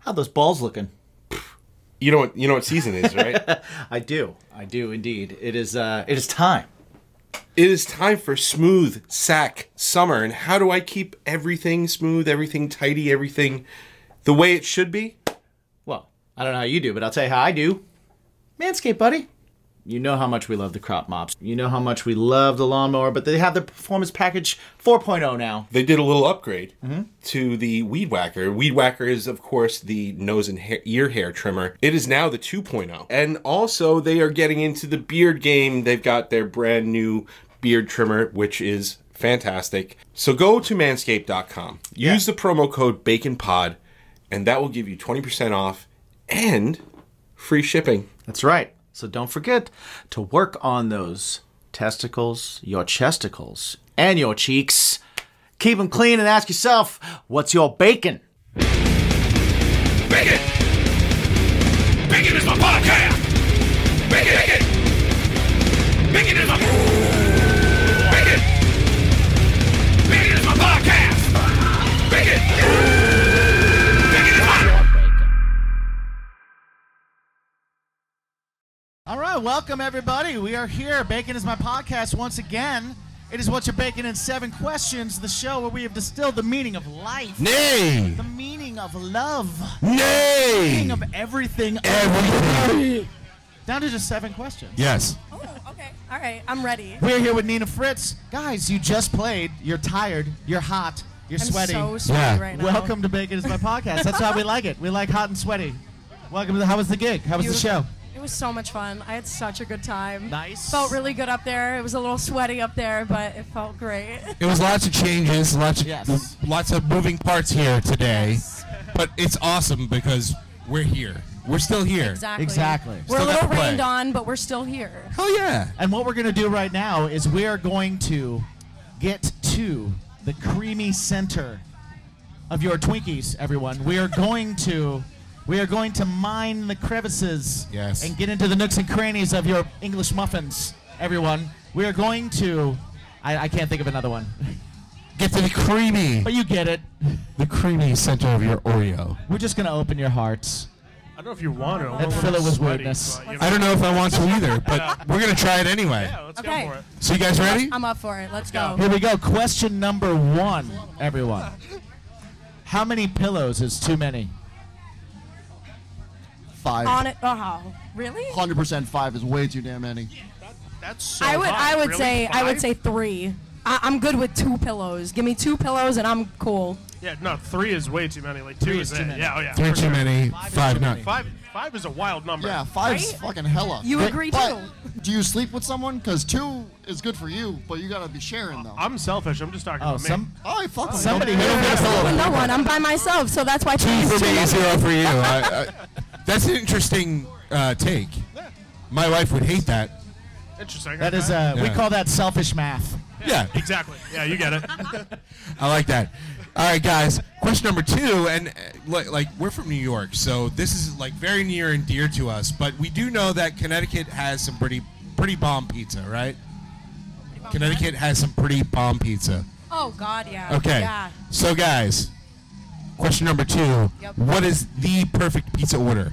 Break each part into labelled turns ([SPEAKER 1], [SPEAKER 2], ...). [SPEAKER 1] How those balls looking?
[SPEAKER 2] You know what you know what season is, right?
[SPEAKER 1] I do. I do indeed. It is uh it is time.
[SPEAKER 2] it is time for smooth sack summer. And how do I keep everything smooth, everything tidy, everything the way it should be?
[SPEAKER 1] Well, I don't know how you do, but I'll tell you how I do. Manscaped, buddy. You know how much we love the crop mops. You know how much we love the lawnmower, but they have the performance package 4.0 now.
[SPEAKER 2] They did a little upgrade to the Weed Whacker. Weed Whacker is, of course, the nose and hair, ear hair trimmer. It is now the 2.0. And also, they are getting into the beard game. They've got their brand new beard trimmer, which is fantastic. So go to manscaped.com, use the promo code BACONPOD, and that will give you 20% off and free shipping.
[SPEAKER 1] That's right. So don't forget to work on those testicles, your chesticles, and your cheeks. Keep them clean and ask yourself, what's your bacon?
[SPEAKER 3] Bacon! Bacon is my podcast! Bacon! Bacon, bacon is my... Bacon! Bacon is my podcast! Bacon! Bacon is my...
[SPEAKER 1] All right, welcome everybody. We are here. Bacon is my podcast once again. It is What's Your Bacon in Seven Questions, the show where we have distilled the meaning of life,
[SPEAKER 4] Nay!
[SPEAKER 1] the meaning of love, the meaning
[SPEAKER 4] Nay!
[SPEAKER 1] of everything, down to just seven questions.
[SPEAKER 4] Yes.
[SPEAKER 5] Oh, okay. All right. I'm ready.
[SPEAKER 1] We're here with Nina Fritz. Guys, you just played. You're tired. You're hot. You're
[SPEAKER 5] I'm
[SPEAKER 1] sweaty.
[SPEAKER 5] so sweaty
[SPEAKER 4] Yeah.
[SPEAKER 5] right now.
[SPEAKER 1] Welcome to Bacon is my podcast. That's how we like it. We like hot and sweaty. Welcome to the, how was the gig? How was the
[SPEAKER 5] Beautiful.
[SPEAKER 1] show?
[SPEAKER 5] It was so much fun. I had such a good time.
[SPEAKER 1] Nice.
[SPEAKER 5] Felt really good up there. It was a little sweaty up there, but it felt great.
[SPEAKER 4] It was lots of changes, lots of
[SPEAKER 1] Yes.
[SPEAKER 4] lots of moving parts here today. But it's awesome because we're here. We're still here.
[SPEAKER 5] Exactly.
[SPEAKER 1] Exactly.
[SPEAKER 5] We're a
[SPEAKER 4] Still
[SPEAKER 5] little
[SPEAKER 4] got to play.
[SPEAKER 5] rained on, but we're still here.
[SPEAKER 4] Hell Oh, yeah.
[SPEAKER 1] And what we're going to do right now is we are going to get to the creamy center of your Twinkies, everyone. We are going to we are going to mine the crevices
[SPEAKER 4] Yes.
[SPEAKER 1] and get into the nooks and crannies of your English muffins, everyone. We are going to I, I can't think of another one.
[SPEAKER 4] Get to the creamy
[SPEAKER 1] But you get it.
[SPEAKER 4] the creamy center of your Oreo.
[SPEAKER 1] We're just gonna open your hearts.
[SPEAKER 6] I don't know if you want it. I'm a
[SPEAKER 1] That
[SPEAKER 6] little
[SPEAKER 1] filler was
[SPEAKER 6] sweaty,
[SPEAKER 1] weirdness.
[SPEAKER 6] but, you know.
[SPEAKER 4] I don't know if I want to either, but we're gonna try it anyway.
[SPEAKER 6] Yeah, let's
[SPEAKER 5] Okay.
[SPEAKER 6] go for it.
[SPEAKER 4] So you guys ready?
[SPEAKER 5] I'm up for it. Let's
[SPEAKER 6] go.
[SPEAKER 5] go.
[SPEAKER 1] Here we go. Question number one, everyone. How many pillows is too many?
[SPEAKER 5] On
[SPEAKER 7] Five.
[SPEAKER 5] it. Oh, really?
[SPEAKER 7] Hundred percent five is way too damn many.
[SPEAKER 6] That's so
[SPEAKER 5] I would.
[SPEAKER 6] hot.
[SPEAKER 5] I would
[SPEAKER 6] Really?
[SPEAKER 5] say. I would
[SPEAKER 6] Five?
[SPEAKER 5] say three. I, I'm good with two pillows. Give me two pillows and I'm cool.
[SPEAKER 6] Yeah, no, three is way too many. Like two
[SPEAKER 1] Three
[SPEAKER 6] is,
[SPEAKER 1] is too
[SPEAKER 6] it.
[SPEAKER 1] many.
[SPEAKER 6] Yeah, oh yeah.
[SPEAKER 4] Three
[SPEAKER 6] for
[SPEAKER 4] too
[SPEAKER 6] sure.
[SPEAKER 4] many, five not.
[SPEAKER 6] Five, five is a wild number.
[SPEAKER 7] Yeah, five's
[SPEAKER 5] Right?
[SPEAKER 7] fucking hella.
[SPEAKER 5] You
[SPEAKER 7] But-
[SPEAKER 5] agree
[SPEAKER 7] but
[SPEAKER 5] too.
[SPEAKER 7] Do you sleep with someone? Cause two is good for you, but you gotta be sharing though.
[SPEAKER 6] I'm selfish. I'm just talking
[SPEAKER 1] Oh,
[SPEAKER 6] about me.
[SPEAKER 1] some
[SPEAKER 7] I fuck with
[SPEAKER 1] somebody
[SPEAKER 7] them.
[SPEAKER 1] here.
[SPEAKER 5] With no one. I'm by myself, so that's why
[SPEAKER 4] Two
[SPEAKER 5] is
[SPEAKER 4] for
[SPEAKER 5] too
[SPEAKER 4] me,
[SPEAKER 5] many.
[SPEAKER 4] zero for you. I, I, that's an interesting uh, take. My wife would hate that.
[SPEAKER 6] Interesting.
[SPEAKER 1] That is,
[SPEAKER 6] okay.
[SPEAKER 1] uh, we
[SPEAKER 4] Yeah.
[SPEAKER 1] call that selfish math.
[SPEAKER 4] Yeah,
[SPEAKER 6] Exactly. Yeah, you get it.
[SPEAKER 4] I like that. All right, guys. Question number two, and uh, li- like we're from New York, so this is like very near and dear to us. But we do know that Connecticut has some pretty pretty bomb pizza, right? Connecticut has some pretty bomb pizza.
[SPEAKER 5] Oh God, yeah.
[SPEAKER 4] Okay.
[SPEAKER 5] Yeah.
[SPEAKER 4] So, guys, question number two:
[SPEAKER 5] Yep.
[SPEAKER 4] What is the perfect pizza order?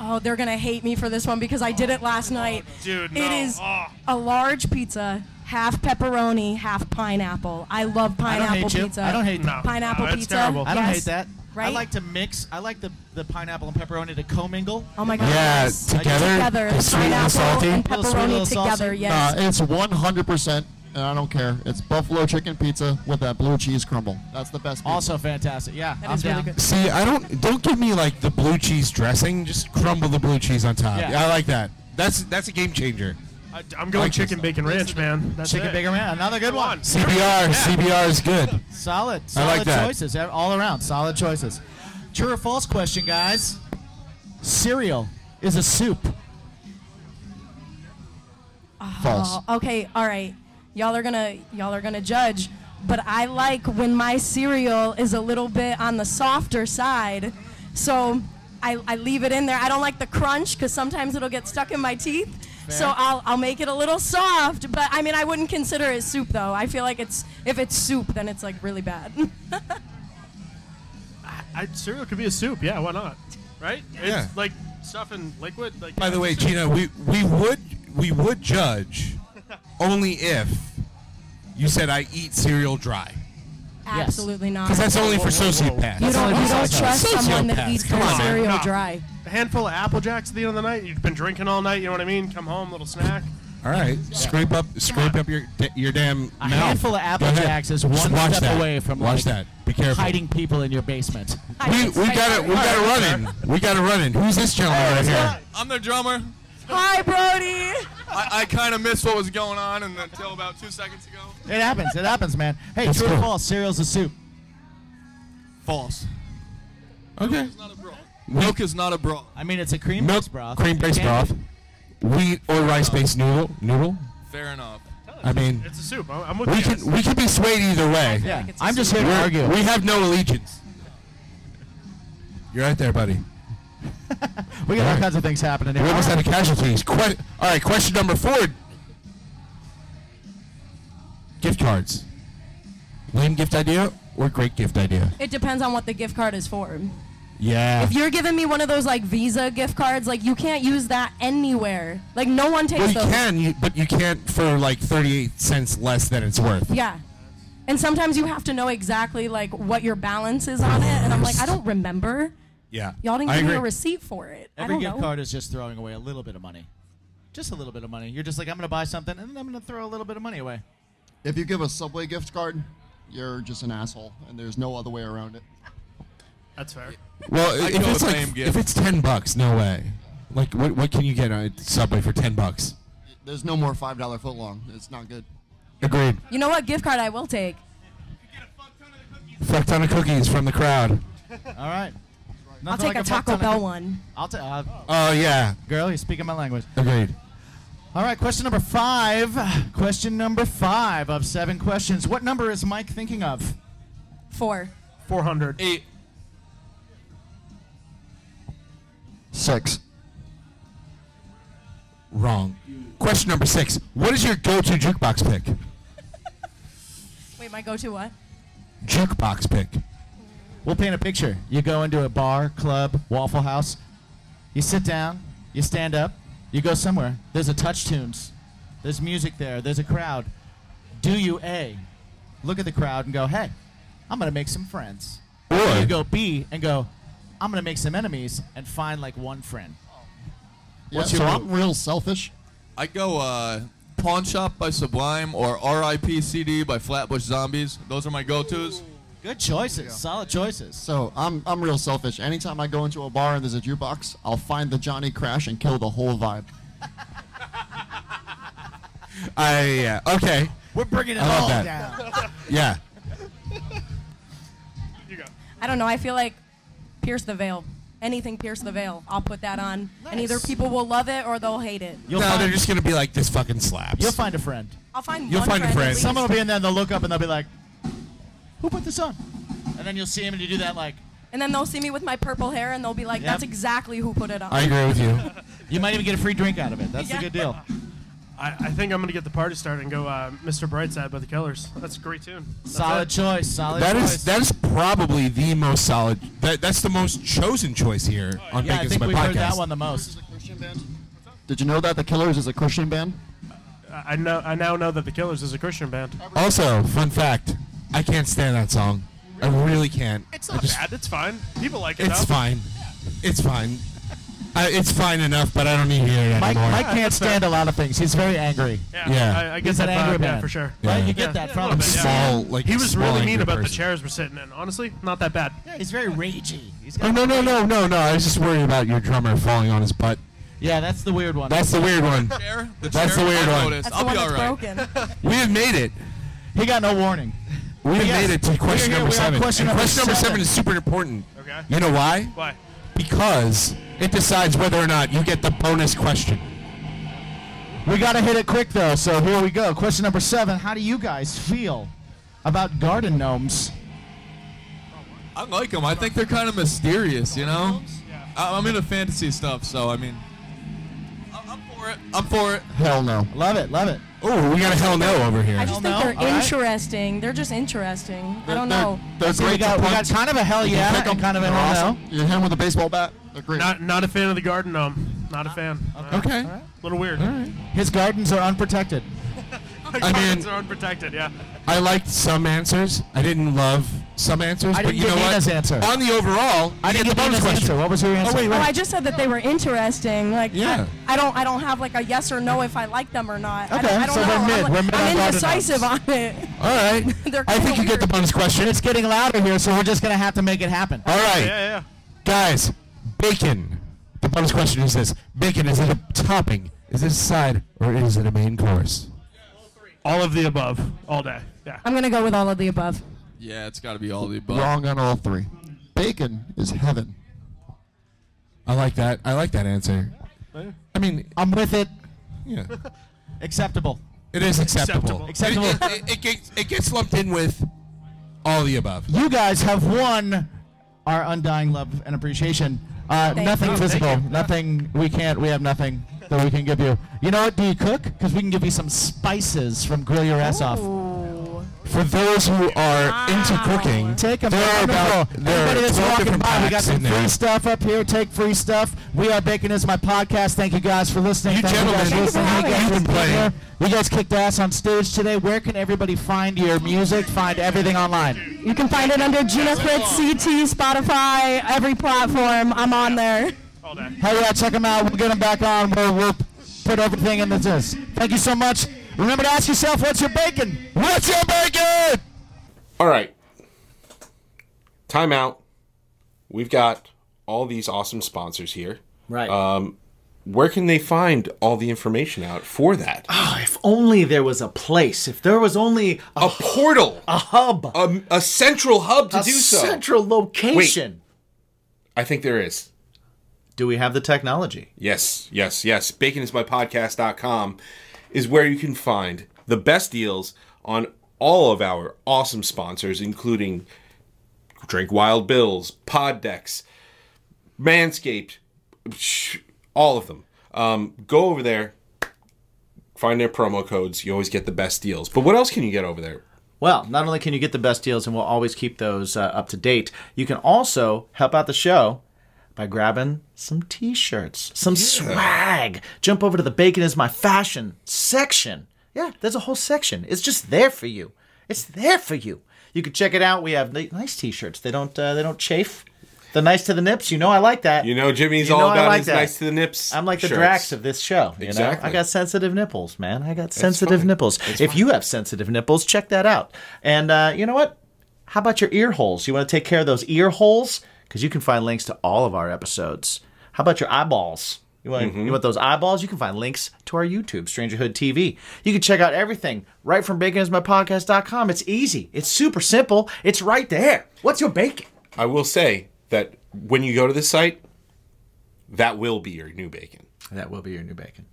[SPEAKER 5] Oh, they're gonna hate me for this one because I did it last
[SPEAKER 1] Oh,
[SPEAKER 5] night.
[SPEAKER 6] dude,
[SPEAKER 5] It
[SPEAKER 6] no.
[SPEAKER 5] is
[SPEAKER 6] Oh.
[SPEAKER 5] a large pizza, half pepperoni, half pineapple. I love
[SPEAKER 1] I don't
[SPEAKER 5] pineapple
[SPEAKER 1] hate you.
[SPEAKER 5] pizza.
[SPEAKER 1] I don't hate.
[SPEAKER 6] No.
[SPEAKER 5] pineapple
[SPEAKER 6] no, that's
[SPEAKER 5] pizza.
[SPEAKER 6] Terrible.
[SPEAKER 1] I don't
[SPEAKER 5] Yes.
[SPEAKER 1] hate that. I
[SPEAKER 5] Right?
[SPEAKER 1] like to mix. I like the, the pineapple and pepperoni to commingle.
[SPEAKER 5] Oh my God. yes.
[SPEAKER 4] together,
[SPEAKER 5] Together,
[SPEAKER 4] the sweet and the
[SPEAKER 5] pineapple
[SPEAKER 4] salty.
[SPEAKER 5] and
[SPEAKER 1] Little sweet, little
[SPEAKER 5] pepperoni together.
[SPEAKER 1] saucy.
[SPEAKER 7] Uh,
[SPEAKER 5] Yes.
[SPEAKER 7] it's one hundred percent, and I don't care. It's buffalo chicken pizza with that blue cheese crumble. That's the best. Pizza.
[SPEAKER 1] Also fantastic. Yeah,
[SPEAKER 5] That
[SPEAKER 1] I'm
[SPEAKER 5] is really
[SPEAKER 1] down.
[SPEAKER 5] good.
[SPEAKER 4] See, I don't don't give me like the blue cheese dressing. Just crumble the blue cheese on top.
[SPEAKER 1] Yeah.
[SPEAKER 4] I like that. That's that's a game changer.
[SPEAKER 6] I, I'm going
[SPEAKER 4] Like
[SPEAKER 6] chicken bacon ranch, man. That's
[SPEAKER 1] Chicken
[SPEAKER 6] it.
[SPEAKER 1] bacon ranch. Another
[SPEAKER 6] Come
[SPEAKER 1] good one.
[SPEAKER 6] on.
[SPEAKER 4] CBR, CBR is good.
[SPEAKER 1] Solid.
[SPEAKER 4] I
[SPEAKER 1] Solid
[SPEAKER 4] like that.
[SPEAKER 1] choices. ev- All around. Solid choices. True or false question, guys. Cereal is a soup.
[SPEAKER 7] false.
[SPEAKER 5] Oh, okay. All right. Y'all are gonna y'all are gonna judge, but I like when my cereal is a little bit on the softer side, so I, I leave it in there. I don't like the crunch because sometimes it'll get stuck in my teeth. So I'll, I'll make it a little soft, but I mean I wouldn't consider it soup though. I feel like it's if it's soup then it's like really bad.
[SPEAKER 6] I, cereal could be a soup. Yeah, why not? Right?
[SPEAKER 4] Yeah.
[SPEAKER 6] It's like stuff in liquid. Like
[SPEAKER 4] By the way,
[SPEAKER 6] Gina.
[SPEAKER 4] Gina, we we would we would judge only if you said I eat cereal dry.
[SPEAKER 5] Absolutely not.
[SPEAKER 4] Because that's only for
[SPEAKER 6] Whoa, whoa, whoa.
[SPEAKER 4] sociopaths.
[SPEAKER 5] you don't, you don't trust
[SPEAKER 4] Sociopaths,
[SPEAKER 5] someone that eats
[SPEAKER 4] come
[SPEAKER 5] their
[SPEAKER 4] on.
[SPEAKER 5] cereal
[SPEAKER 6] Nah.
[SPEAKER 5] dry.
[SPEAKER 6] a handful of apple jacks at the end of the night. You've been drinking all night. You know what I mean? Come home, little snack.
[SPEAKER 4] All right, scrape up, scrape up your da- your damn
[SPEAKER 1] A
[SPEAKER 4] mouth.
[SPEAKER 1] handful of
[SPEAKER 4] Go
[SPEAKER 1] Apple
[SPEAKER 4] ahead.
[SPEAKER 1] Jacks is
[SPEAKER 4] Just
[SPEAKER 1] one
[SPEAKER 4] watch
[SPEAKER 1] step
[SPEAKER 4] that.
[SPEAKER 1] away from,
[SPEAKER 4] watch
[SPEAKER 1] like,
[SPEAKER 4] that. Be careful.
[SPEAKER 1] Hiding people in your basement.
[SPEAKER 4] We we got it. We got it running. We got it running. Who's this gentleman right here?
[SPEAKER 8] I'm the drummer.
[SPEAKER 5] Hi, Brody.
[SPEAKER 8] I, I kind of missed what was going on and until about two seconds ago.
[SPEAKER 1] It happens. It happens, man. Hey,
[SPEAKER 4] Let's
[SPEAKER 1] true or
[SPEAKER 4] go.
[SPEAKER 1] false? Cereal's a soup.
[SPEAKER 8] False.
[SPEAKER 4] Okay.
[SPEAKER 8] It's not a broth. Milk is not a broth.
[SPEAKER 1] I mean, it's a cream
[SPEAKER 4] Milk
[SPEAKER 1] based broth.
[SPEAKER 4] cream based
[SPEAKER 1] Can't-
[SPEAKER 4] broth, wheat or rice based noodle noodle.
[SPEAKER 8] Fair enough.
[SPEAKER 4] I mean,
[SPEAKER 6] It's a soup. I'm, I'm with
[SPEAKER 4] we
[SPEAKER 6] you.
[SPEAKER 4] can we can be swayed either way.
[SPEAKER 1] Yeah,
[SPEAKER 5] it's a
[SPEAKER 1] I'm just
[SPEAKER 5] soup.
[SPEAKER 1] here to
[SPEAKER 4] We're-
[SPEAKER 1] argue.
[SPEAKER 4] We have no allegiance. You're right there, buddy.
[SPEAKER 1] We got all
[SPEAKER 4] Alright.
[SPEAKER 1] kinds of things happening here.
[SPEAKER 4] We almost had a casualties. Que- all right, question number four. Gift cards. Lame gift idea or great gift idea?
[SPEAKER 5] It depends on what the gift card is for.
[SPEAKER 4] Yeah.
[SPEAKER 5] If you're giving me one of those like Visa gift cards, like you can't use that anywhere. Like no one takes
[SPEAKER 4] well, you
[SPEAKER 5] those.
[SPEAKER 4] can, you, but you can't for like 38 cents less than it's worth.
[SPEAKER 5] Yeah. And sometimes you have to know exactly like what your balance is on it, and I'm like, I don't remember.
[SPEAKER 4] Yeah.
[SPEAKER 5] Y'all didn't
[SPEAKER 4] I
[SPEAKER 5] give me a
[SPEAKER 4] agree.
[SPEAKER 5] receipt for it. I
[SPEAKER 1] Every
[SPEAKER 5] don't
[SPEAKER 1] gift
[SPEAKER 5] know.
[SPEAKER 1] card is just throwing away a little bit of money. Just a little bit of money. You're just like, I'm going to buy something, and then I'm going to throw a little bit of money away.
[SPEAKER 7] If you give a Subway gift card, you're just an asshole, and there's no other way around it.
[SPEAKER 6] That's fair.
[SPEAKER 4] Well,
[SPEAKER 8] I'd
[SPEAKER 4] if
[SPEAKER 8] go
[SPEAKER 4] it's
[SPEAKER 8] with
[SPEAKER 4] like
[SPEAKER 8] lame gift.
[SPEAKER 4] if it's 10 bucks, no way. Like what what can you get on Subway for 10 bucks?
[SPEAKER 7] There's no more five dollar footlong. It's not good.
[SPEAKER 4] Agreed.
[SPEAKER 5] You know what gift card I will take?
[SPEAKER 4] Fuck ton of cookies from the crowd.
[SPEAKER 1] All right.
[SPEAKER 5] I'll take a Taco Bell one.
[SPEAKER 1] I'll take. Uh,
[SPEAKER 4] Oh yeah.
[SPEAKER 1] girl, you're speaking my language.
[SPEAKER 4] Agreed.
[SPEAKER 1] All right, question number five. Question number five of seven questions. What number is Mike thinking of?
[SPEAKER 5] Four.
[SPEAKER 6] 400.
[SPEAKER 8] Eight.
[SPEAKER 7] Six.
[SPEAKER 4] Wrong. Question number six. What is your go-to jukebox pick?
[SPEAKER 5] Wait, my go-to what?
[SPEAKER 4] Jukebox pick.
[SPEAKER 1] We'll paint a picture. You go into a bar, club, Waffle House. You sit down. You stand up. You go somewhere. There's a touch tunes. There's music there. There's a crowd. Do you A, look at the crowd and go, hey, I'm gonna make some friends. Or you go B and go, I'm gonna make some enemies and find like one friend.
[SPEAKER 7] Yeah,
[SPEAKER 4] What's
[SPEAKER 7] so
[SPEAKER 4] your-
[SPEAKER 7] I'm real selfish.
[SPEAKER 8] I go uh, Pawn Shop by Sublime or R.I.P. CD by Flatbush Zombies. Those are my go-tos.
[SPEAKER 1] Good choices. Solid choices.
[SPEAKER 7] So I'm I'm real selfish. Anytime I go into a bar and there's a jukebox, I'll find the Johnny Crash and kill the whole vibe.
[SPEAKER 4] I yeah. Okay.
[SPEAKER 1] We're bringing it
[SPEAKER 4] I love
[SPEAKER 1] all
[SPEAKER 4] that.
[SPEAKER 1] down.
[SPEAKER 4] Yeah.
[SPEAKER 6] You go.
[SPEAKER 5] I don't know. I feel like Pierce the Veil. Anything Pierce the Veil, I'll put that on. And either
[SPEAKER 1] Nice.
[SPEAKER 5] people will love it or they'll hate it.
[SPEAKER 1] You'll,
[SPEAKER 4] no, they're
[SPEAKER 1] find,
[SPEAKER 4] just gonna be like this fucking slaps.
[SPEAKER 1] you'll find a friend.
[SPEAKER 5] I'll find
[SPEAKER 4] You'll
[SPEAKER 5] one
[SPEAKER 4] find a
[SPEAKER 5] friend at
[SPEAKER 4] friend.
[SPEAKER 5] least.
[SPEAKER 1] Someone will be in there and they'll look up and they'll be like, who put this on? And then you'll see him and you do that like,
[SPEAKER 5] And then they'll see me with my purple hair and they'll be like,
[SPEAKER 1] Yep.
[SPEAKER 5] that's exactly who put it on.
[SPEAKER 4] I agree with you.
[SPEAKER 1] you might even get a free drink out of it. That's a
[SPEAKER 5] Yeah.
[SPEAKER 1] good deal.
[SPEAKER 6] I, I think I'm going to get the party started and go uh, Mr. Brightside by the Killers. That's a great tune. That's
[SPEAKER 1] Solid
[SPEAKER 6] it.
[SPEAKER 1] choice. Solid
[SPEAKER 4] that
[SPEAKER 1] choice.
[SPEAKER 4] is that is probably the most solid. That that's the most chosen choice here on
[SPEAKER 1] Oh, yeah, I
[SPEAKER 4] Bacon's
[SPEAKER 1] think
[SPEAKER 4] My
[SPEAKER 1] we've
[SPEAKER 4] Podcast.
[SPEAKER 1] heard that one the most.
[SPEAKER 7] Did you know that the Killers is a Christian band?
[SPEAKER 6] I, I know. I now know that the Killers is a Christian band.
[SPEAKER 4] Also, fun fact: I can't stand that song. I really can't.
[SPEAKER 6] It's
[SPEAKER 4] I
[SPEAKER 6] not
[SPEAKER 4] just-
[SPEAKER 6] bad. It's fine. People like it.
[SPEAKER 4] It's
[SPEAKER 6] though.
[SPEAKER 4] fine. It's fine. I, it's fine enough, but I don't need to hear it
[SPEAKER 1] Mike,
[SPEAKER 4] anymore.
[SPEAKER 1] Mike can't stand a lot of things. He's very angry.
[SPEAKER 6] Yeah.
[SPEAKER 4] Yeah.
[SPEAKER 6] I, I get
[SPEAKER 1] He's
[SPEAKER 6] that
[SPEAKER 1] an angry
[SPEAKER 6] vibe, yeah,
[SPEAKER 1] man.
[SPEAKER 6] for sure.
[SPEAKER 4] Yeah.
[SPEAKER 1] Right? You
[SPEAKER 6] Yeah,
[SPEAKER 1] get that
[SPEAKER 6] yeah,
[SPEAKER 1] from
[SPEAKER 6] a
[SPEAKER 1] him.
[SPEAKER 6] little bit,
[SPEAKER 4] I'm
[SPEAKER 6] yeah.
[SPEAKER 4] small. Like
[SPEAKER 6] He was
[SPEAKER 4] small
[SPEAKER 6] really
[SPEAKER 4] angry
[SPEAKER 6] mean about the
[SPEAKER 4] person.
[SPEAKER 6] chairs we're sitting in. Honestly, not that bad.
[SPEAKER 1] Yeah, he's very ragey. He's got
[SPEAKER 4] Oh no no no no no! I was just worried about your drummer falling on his butt.
[SPEAKER 1] Yeah, that's the weird one.
[SPEAKER 4] That's the weird one.
[SPEAKER 8] Chair? The
[SPEAKER 4] That's
[SPEAKER 8] chair?
[SPEAKER 4] the weird
[SPEAKER 8] I
[SPEAKER 4] one.
[SPEAKER 8] noticed.
[SPEAKER 5] that's
[SPEAKER 8] I'll
[SPEAKER 5] the one
[SPEAKER 8] be all
[SPEAKER 5] that's
[SPEAKER 8] right.
[SPEAKER 5] broken.
[SPEAKER 4] We have made it.
[SPEAKER 1] he got no warning.
[SPEAKER 4] We have
[SPEAKER 1] Yes.
[SPEAKER 4] made it to
[SPEAKER 1] We're
[SPEAKER 4] question
[SPEAKER 1] here,
[SPEAKER 4] number
[SPEAKER 1] we are
[SPEAKER 4] seven.
[SPEAKER 1] question
[SPEAKER 4] And
[SPEAKER 1] number
[SPEAKER 4] question number
[SPEAKER 1] seven.
[SPEAKER 4] seven is super important.
[SPEAKER 6] Okay.
[SPEAKER 4] You know why?
[SPEAKER 6] Why?
[SPEAKER 4] Because it decides whether or not you get the bonus question.
[SPEAKER 1] We got to hit it quick, though, so here we go. Question number seven How do you guys feel about garden gnomes?
[SPEAKER 8] I like them. I think they're kind of mysterious, you know? I- I'm into fantasy stuff, so I mean. I- I'm for it. I'm for it.
[SPEAKER 7] Hell no.
[SPEAKER 1] Love it, love it.
[SPEAKER 4] Oh, we got a hell no over
[SPEAKER 5] I
[SPEAKER 4] here.
[SPEAKER 5] just
[SPEAKER 1] Hell
[SPEAKER 5] think
[SPEAKER 1] no?
[SPEAKER 5] they're
[SPEAKER 1] All right.
[SPEAKER 5] interesting. They're just interesting. I don't
[SPEAKER 7] They're-
[SPEAKER 5] know.
[SPEAKER 7] They're,
[SPEAKER 1] So
[SPEAKER 7] great
[SPEAKER 1] we got,
[SPEAKER 7] to
[SPEAKER 1] we got
[SPEAKER 7] punt.
[SPEAKER 1] kind of a hell
[SPEAKER 7] You can
[SPEAKER 1] yeah
[SPEAKER 7] pick 'em.
[SPEAKER 1] and kind of a
[SPEAKER 7] They're
[SPEAKER 1] hell
[SPEAKER 7] awesome.
[SPEAKER 1] no.
[SPEAKER 7] You hit him with a baseball bat. They're great.
[SPEAKER 6] Not not a fan of the garden gnome. Not a fan.
[SPEAKER 4] Okay.
[SPEAKER 6] A little weird.
[SPEAKER 1] His gardens are unprotected.
[SPEAKER 6] Gardens are unprotected. Yeah.
[SPEAKER 4] I liked some answers. I didn't love some answers,
[SPEAKER 1] I
[SPEAKER 4] but
[SPEAKER 1] didn't
[SPEAKER 4] you
[SPEAKER 1] get
[SPEAKER 4] know what?
[SPEAKER 1] Nina's answer.
[SPEAKER 4] On the overall,
[SPEAKER 1] I
[SPEAKER 4] you
[SPEAKER 1] didn't get
[SPEAKER 4] the bonus
[SPEAKER 1] Nina's
[SPEAKER 4] question.
[SPEAKER 1] answer. What was your answer?
[SPEAKER 4] wait,
[SPEAKER 5] Oh,
[SPEAKER 4] wait.
[SPEAKER 5] I just said that they were interesting. Like,
[SPEAKER 4] Yeah.
[SPEAKER 5] I, I don't, I don't have like a yes or no if I like them or not. I
[SPEAKER 1] Okay,
[SPEAKER 5] don't- I, don't
[SPEAKER 1] so
[SPEAKER 5] know.
[SPEAKER 1] we're
[SPEAKER 5] I'm
[SPEAKER 1] mid.
[SPEAKER 5] like-
[SPEAKER 1] We're mid on
[SPEAKER 5] I'm
[SPEAKER 1] Garden
[SPEAKER 5] indecisive on it.
[SPEAKER 4] All right.
[SPEAKER 5] They're
[SPEAKER 4] I think
[SPEAKER 5] kinda
[SPEAKER 4] you get the
[SPEAKER 5] weird.
[SPEAKER 4] bonus question.
[SPEAKER 1] It's getting louder here, so we're just gonna have to make it happen.
[SPEAKER 4] All right,
[SPEAKER 6] Yeah, yeah.
[SPEAKER 4] guys. Bacon. The bonus question is this: Bacon is it a topping? Is it a side or is it a main course?
[SPEAKER 6] All of the above, all day. Yeah.
[SPEAKER 5] I'm gonna go with all of the above.
[SPEAKER 8] Yeah, it's got to be all the above.
[SPEAKER 7] Wrong on all three. Bacon is heaven.
[SPEAKER 4] I like that. I like that answer. I mean,
[SPEAKER 1] I'm with it.
[SPEAKER 4] yeah,
[SPEAKER 1] Acceptable.
[SPEAKER 4] it is acceptable.
[SPEAKER 1] Acceptable.
[SPEAKER 4] It, it, it, gets, it gets lumped in with all the above.
[SPEAKER 1] You guys have won our undying love and appreciation. Uh,
[SPEAKER 5] Thank
[SPEAKER 1] nothing
[SPEAKER 5] you.
[SPEAKER 1] physical.
[SPEAKER 6] Thank you.
[SPEAKER 1] Nothing. We can't. We have nothing that we can give you. You know what? Do you cook? Because we can give you some spices from Grill Your Ass Off.
[SPEAKER 5] Ooh.
[SPEAKER 4] For those who are into cooking,
[SPEAKER 1] Take them.
[SPEAKER 4] There are about- there are
[SPEAKER 1] Everybody that's
[SPEAKER 4] 12
[SPEAKER 1] walking
[SPEAKER 4] different
[SPEAKER 1] by, we got
[SPEAKER 4] packs
[SPEAKER 1] some
[SPEAKER 4] in
[SPEAKER 1] free
[SPEAKER 4] there.
[SPEAKER 1] stuff up here. Take free stuff. We are Bacon is my podcast. Thank you guys for listening.
[SPEAKER 4] You
[SPEAKER 1] Thank
[SPEAKER 4] gentlemen,
[SPEAKER 1] guys for
[SPEAKER 4] Thank you
[SPEAKER 1] listening.
[SPEAKER 5] for
[SPEAKER 1] Thank
[SPEAKER 5] having
[SPEAKER 1] you
[SPEAKER 4] us.
[SPEAKER 1] guys for being here. You guys kicked ass on stage today. Where can everybody find your music? Find everything online.
[SPEAKER 5] You can find it under Gina Fritz CT, Spotify, every platform. I'm on there.
[SPEAKER 6] All day.
[SPEAKER 1] Hell yeah, check them out. We'll get them back on. We'll, we'll put everything in the this. Thank you so much. Remember to ask yourself, what's your bacon?
[SPEAKER 4] what's your bacon?
[SPEAKER 2] All right. Time out. We've got all these awesome sponsors here. Um,
[SPEAKER 9] Right.
[SPEAKER 2] Where can they find all the information out for that?
[SPEAKER 9] Ah, if only there was a place. If there was only a,
[SPEAKER 2] A portal,
[SPEAKER 9] a hub, a,
[SPEAKER 2] a, a central hub to do so.
[SPEAKER 9] Oh. central location.
[SPEAKER 2] I think there is.
[SPEAKER 9] Do we have the technology?
[SPEAKER 2] Yes, yes, yes. Baconismypodcast.com is where you can find the best deals on all of our awesome sponsors, including Drink Wild Bills, Pod Decks, Manscaped, sh- all of them. Um, go over there, find their promo codes. You always get the best deals. But what else can you get over there?
[SPEAKER 9] Well, not only can you get the best deals, and we'll always keep those uh, up to date, you can also help out the show by grabbing some t shirts, some swag. Jump over to the Bacon is My Fashion section. Yeah, there's a whole section. It's just there for you. It's there for you. You can check it out. We have ni- nice t-shirts. They don't uh, they don't chafe. They're nice to the nips. You know I like that.
[SPEAKER 2] You know, Jimmy's
[SPEAKER 9] You know
[SPEAKER 2] all
[SPEAKER 9] I
[SPEAKER 2] about
[SPEAKER 9] like
[SPEAKER 2] his
[SPEAKER 9] that.
[SPEAKER 2] nice to the nips.
[SPEAKER 9] I'm like the
[SPEAKER 2] shirts.
[SPEAKER 9] Drax of this show. You Know?
[SPEAKER 2] Exactly.
[SPEAKER 9] I got sensitive nipples, man. I got sensitive
[SPEAKER 2] fine.
[SPEAKER 9] nipples. if you have sensitive nipples, check that out. And uh, you know what? How about your ear holes? You want to take care of those ear holes? Because you can find links to all of our episodes. How about your eyeballs? You want,
[SPEAKER 2] Mm-hmm.
[SPEAKER 9] you want those eyeballs? You can find links to our YouTube, Strangerhood TV. You can check out everything right from baconismypodcast.com. It's easy. It's super simple. It's right there. What's your bacon?
[SPEAKER 2] I will say that when you go to this site, that will be your new bacon.
[SPEAKER 9] That will be your new bacon.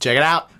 [SPEAKER 9] Check it out.